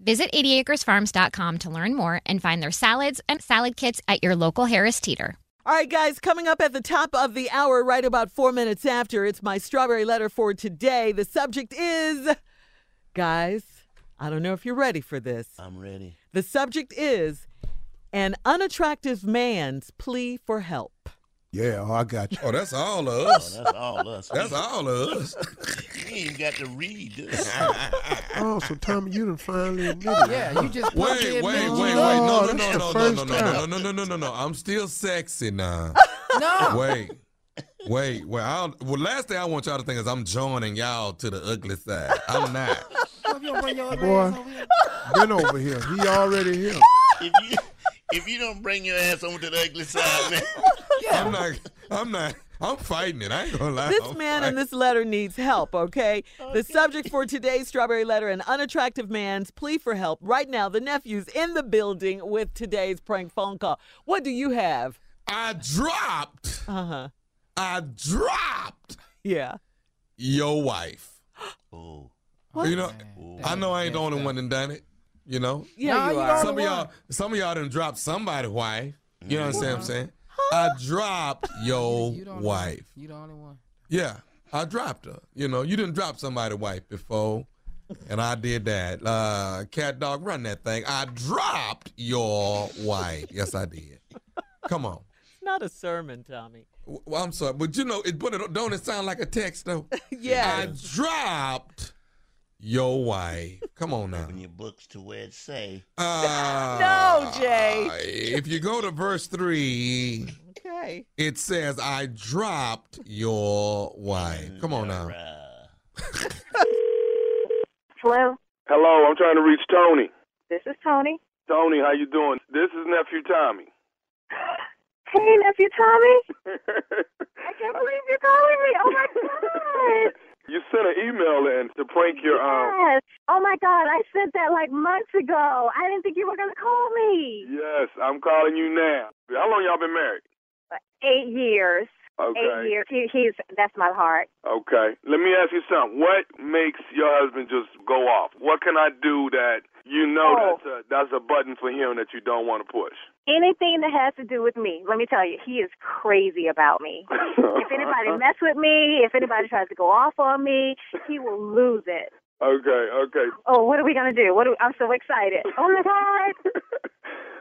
Visit 80acresfarms.com to learn more and find their salads and salad kits at your local Harris Teeter. All right, guys, coming up at the top of the hour, right about four minutes after, it's my strawberry letter for today. The subject is, guys, I don't know if you're ready for this. I'm ready. The subject is an unattractive man's plea for help. Yeah, oh, I got you. Oh, that's all of us. Oh, that's all us. that's all of us. you ain't got to read this. oh, so Tommy, you done finally admitted it. Oh, Yeah, you just wait, wait, wait, wait. No, No, no, that's no, the no, no, first no, no, no, no, no, no, no, no, no. I'm still sexy now. No. Wait, wait, wait. I'll, well, last thing I want y'all to think is I'm joining y'all to the ugly side. I'm not. Boy, been over here. He already here. If you if you don't bring your ass over to the ugly side, man. I'm not. I'm not. I'm fighting it. I ain't gonna lie. This I'm man fighting. in this letter needs help, okay? The subject for today's strawberry letter an unattractive man's plea for help. Right now, the nephew's in the building with today's prank phone call. What do you have? I dropped. Uh huh. I dropped Yeah. your wife. Oh, You know, I know I ain't the only one that done it. You know, Yeah, Nah, you you are. don't- some of y'all, some of y'all done dropped somebody wife. You know what Mm-hmm. I'm saying? I dropped your wife. You the only one. Yeah, I dropped her. You know, you didn't drop somebody wife before, and I did that. Uh, cat dog, run that thing. I dropped your wife. Yes, I did. Come on. It's not a sermon, Tommy. W- Well, I'm sorry, but you know, it, but it, don't it sound like a text though? Yeah. I dropped your wife. Come on now. open your books to where it say. Uh, No, Jay. If you go to verse three, Okay. it says, "I dropped your wife." Mm, Come on now. Uh, Hello, Hello, I'm trying to reach Tony. this is Tony. Tony, how you doing? This is nephew Tommy. Hey, nephew Tommy. I can't believe you're calling me. Oh my god. you sent an email in to prank your um. Yes. Oh my god, I sent that like months ago. I didn't think you were gonna call me. Yes, I'm calling you now. How long y'all been married? Eight years. Eight Okay. years. He, he's that's my heart. Okay. Let me ask you something. What makes your husband just go off? What can I do that you know Oh. that's a, that's a button for him that you don't want to push? Anything that has to do with me, let me tell you, he is crazy about me. if anybody mess with me, if anybody tries to go off on me, he will lose it. Okay, okay. Oh, what are we gonna do? What? Are we, I'm so excited. Oh my god.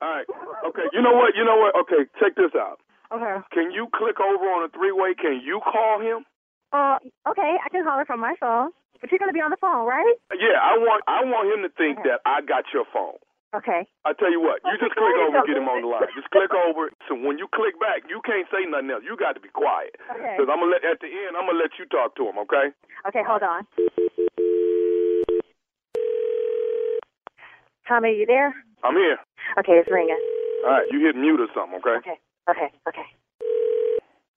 All right. Okay. You know what? You know what? Okay, check this out. Okay. Can you click over on a three way? Can you call him? Uh, okay, I can call her from my phone, but you're gonna be on the phone, right? Uh, Yeah, I want I want him to think that I got your phone. Okay. I tell you what, you just click okay, over and so- get him on the line. Just click over. So when you click back, you can't say nothing else. You got to be quiet. Okay. Because I'm gonna let at the end, I'm gonna let you talk to him. Okay? Okay, hold on. Tommy, you there? I'm here. Okay, it's ringing. All right. You hit mute or something. Okay? Okay. Okay, okay.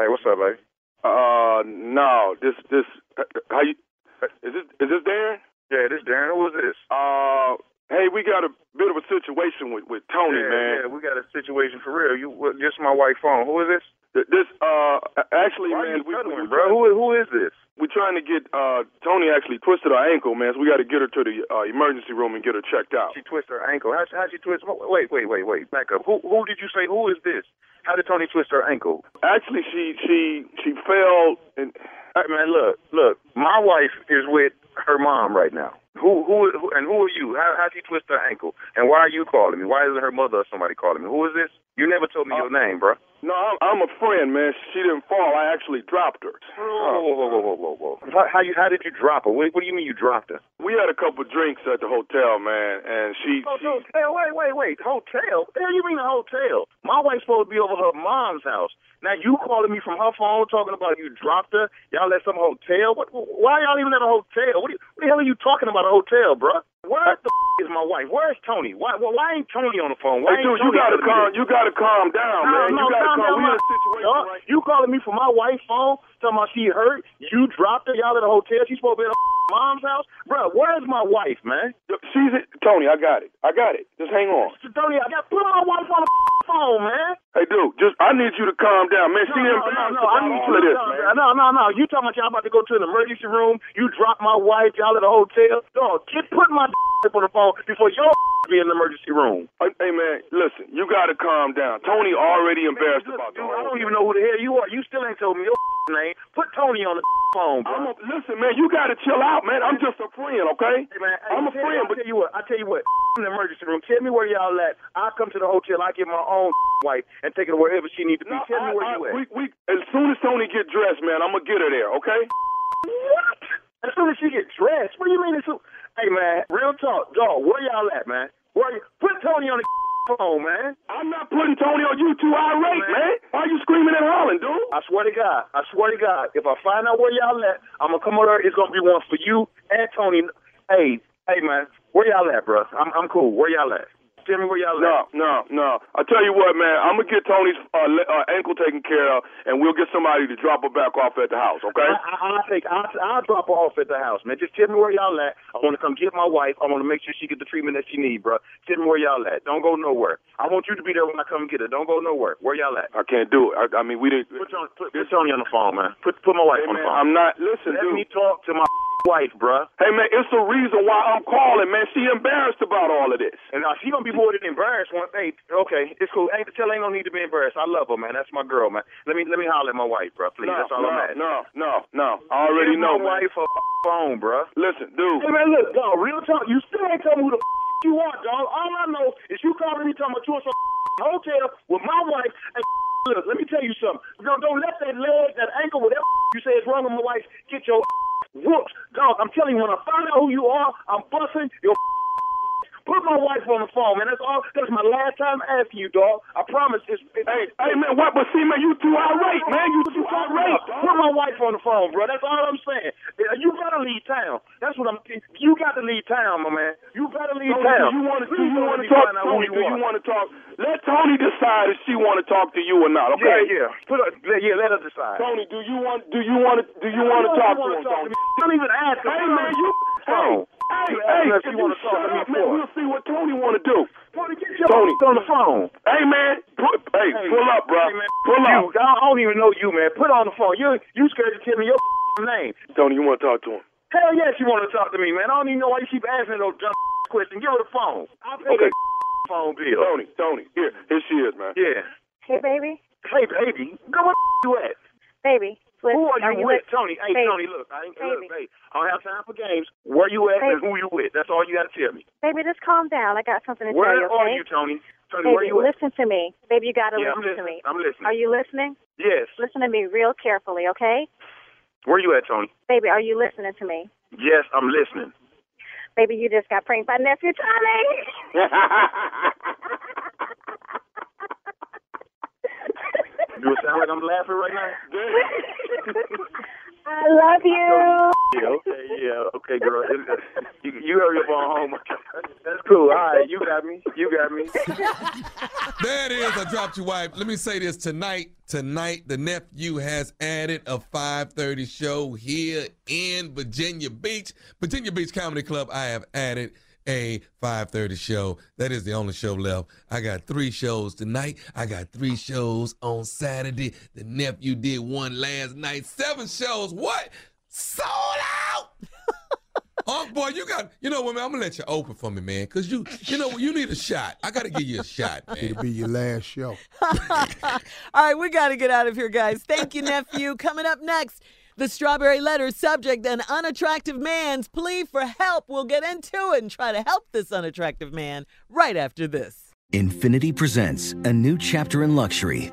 Hey, what's up, baby? Uh, no. This this uh, how you uh, is this is this Darren? Yeah, this Darren. Who is this? Uh, hey, we got a bit of a situation with with Tony, yeah, man. Yeah, we got a situation for real. You what, just my wife's phone. Who is this? This uh actually, Why man, you we, cuddling, we- bro? Who who is this? We're trying to get uh Tony actually twisted her ankle, man. So we got to get her to the uh, emergency room and get her checked out. She twisted her ankle. How how'd she twist? Wait, wait, wait, wait. Back up. Who who did you say? Who is this? How did Tony twist her ankle? Actually, she she she fell and All right, man, look, look. My wife is with her mom right now. Who, who, who and who are you? How, how'd you twist her ankle? And why are you calling me? Why isn't her mother or somebody calling me? Who is this? You never told me your name, bro. Uh, no, I'm, I'm a friend, man. She didn't fall. I actually dropped her. Whoa, whoa, whoa, whoa, whoa, whoa, whoa. How, how you? How did you drop her? What, what do you mean you dropped her? We had a couple drinks at the hotel, man, and she Oh, hotel? Wait, wait, wait. Hotel? What do you mean a hotel? My wife's supposed to be over her mom's house. Now you calling me from her phone talking about you dropped her? Y'all at some hotel? What? Why y'all even at a hotel? What, do you, what the hell are you talking about a hotel, bruh? Where the f- is my wife? Where's Tony? Why? Why why ain't Tony on the phone? Why Hey, ain't dude, you Tony gotta telling me calm- this? you gotta calm down, No, man. You no, gotta calm calm- down. we in a My- situation Huh? You calling me from my wife's phone? Talking about she hurt? You dropped her? Y'all at a hotel? She's supposed to be at her mom's house, bruh. Where's my wife, man? She's at, Tony. I got it. I got it. Just hang on. Tony, I got put my wife on the phone, man. Hey, dude, just I need you to calm down, man. No, she no, embarrassed no, no, I about need all you of to this, calm man. down. No, no, no. You talking about y'all about to go to an emergency room? You dropped my wife. Y'all at a hotel? Dog, get put my on the phone before your be in the emergency room. Hey, Hey, man, listen. You gotta calm down. Tony already embarrassed about the Dude, I whole don't even know who the hell you are. You still ain't told me your name. Put Tony on the phone, bro. I'm a, listen, man, you gotta chill out, man. I'm just a friend, okay? Hey, man, hey, I'm a tell you- friend, I tell you what, I tell you what, in the emergency room. Tell me where y'all at. I come to the hotel. I get my own wife and take her wherever she needs to be. No, tell me I- where I- you at. we- we- as soon as Tony get dressed, man, I'm gonna get her there, okay? What? As soon as she get dressed, what do you mean? As soon... Hey man, real talk, dog. Where y'all at, man? Where you... put Tony on the phone, man? I'm not putting Tony on you two irate, man. Why you screaming and hollering, dude? I swear to God, I swear to God, if I find out where y'all at, I'm gonna come over. there. It's gonna be one for you and Tony. Hey, hey man, where y'all at, bro? I'm I'm cool. Where y'all at? Tell me where y'all No, no, no. I tell you what, man. I'm gonna get Tony's uh, le- uh, ankle taken care of, and we'll get somebody to drop her back off at the house, okay? I, I, I think I, I'll drop her off at the house, man. Just tell me where y'all at. I want to come get my wife. I want to make sure she get the treatment that she need, bro. Tell me where y'all at. Don't go nowhere. I want you to be there when I come get her. Don't go nowhere. Where y'all at? I can't do it. I, I mean, we didn't. Put Tony, put, put Tony on the phone, man. Put put my wife Hey, on man, the phone. I'm not. Listen, Let dude. me talk to my wife, bruh. Hey, man, it's the reason why I'm calling, man. She embarrassed about all of this. And now she gonna be more than embarrassed. One thing, okay, it's cool. Ain't tell her ain't no need to be embarrassed. I love her, man. That's my girl, man. Let me let me holler at my wife, bruh. Please, No, that's all no, I'm at. no, no, no. I already Give know, my man. wife a phone, bruh. Listen, dude. Hey man, look, dog, real talk. You still ain't tell me who the f- you are, dog. All I know is you calling me talking about you in some f- hotel with my wife. And look, let me tell you something. Don't, don't let that leg, that ankle, whatever you say is wrong with my wife, get your f- whooped, dog. I'm telling you, when I find out who you are, I'm busting your. f- Put my wife on the phone, man. That's all. That's my last time asking you, dog. I promise. It's, it's, hey, hey, man. What? But see, man, you too irate, man. You too irate. Put my wife on the phone, bro. That's all I'm saying. You gotta leave town. That's what I'm. You got to leave town, my man. You gotta leave Tony, do town. you want to? Do Please you don't want let to me talk? find out who Tony, do you are. want to talk? Let Tony decide if she want to talk to you or not. Okay? Yeah, yeah. Put her, yeah, let her decide. Tony, do you want? Do you want to? Do you want to talk to him? Tony? Don't even ask her. Hey, man, you. Hey, hey, You hey. ask her if if she you wanna talk shut to me up, man, for. we'll see what Tony want to do. Tony, get your Tony. on the phone. Hey, man. Put, hey, pull up, bro. man, pull you, up. I don't even know you, man. Put on the phone. You you scared to tell me your name. Tony, you want to talk to him? Hell yes, you want to talk to me, man. I don't even know why you keep asking those dumb questions. Give her the phone. I'll pay Okay. that phone bill. Tony, Tony, here, here she is, man. Yeah. Hey, baby. Hey, baby, go where the you at? Baby. listen, Who are you with, Tony? Hey, baby, Tony, look, I ain't baby, look, hey, I don't have time for games. Where you at Baby. and who you with? That's all you got to tell me. Baby, just calm down. I got something to Where tell you, are okay? you, Tony? Tony, Baby, where you at? listen to me. Baby, you gotta Yeah, I'm listen to listening. me. I'm listening. Are you listening? Yes. Listen to me real carefully, okay? Where you at, Tony? Baby, are you listening to me? Yes, I'm listening. Baby, you just got pranked by nephew Charlie. you sound like I'm laughing right now. I love you. yeah, okay, yeah, okay, girl. You, you hurry up on home. That's cool. All right, you got me. You got me. There it is. I dropped you, wife. Let me say this tonight. Tonight, the nephew has added a 5:30 show here in Virginia Beach, Virginia Beach Comedy Club. I have added a 5:30 show. That is the only show left. I got three shows tonight. I got three shows on Saturday. The nephew did one last night. Seven shows. What? Sold out. Oh boy, you got you know what man, I'm gonna let you open for me, man. Cause you you know what, you need a shot. I gotta give you a shot, man. It'll be your last show. All right, we got to get out of here, guys. Thank you, nephew. Coming up next, the strawberry letter subject an unattractive man's plea for help. We'll get into it and try to help this unattractive man right after this. Infinity presents a new chapter in luxury,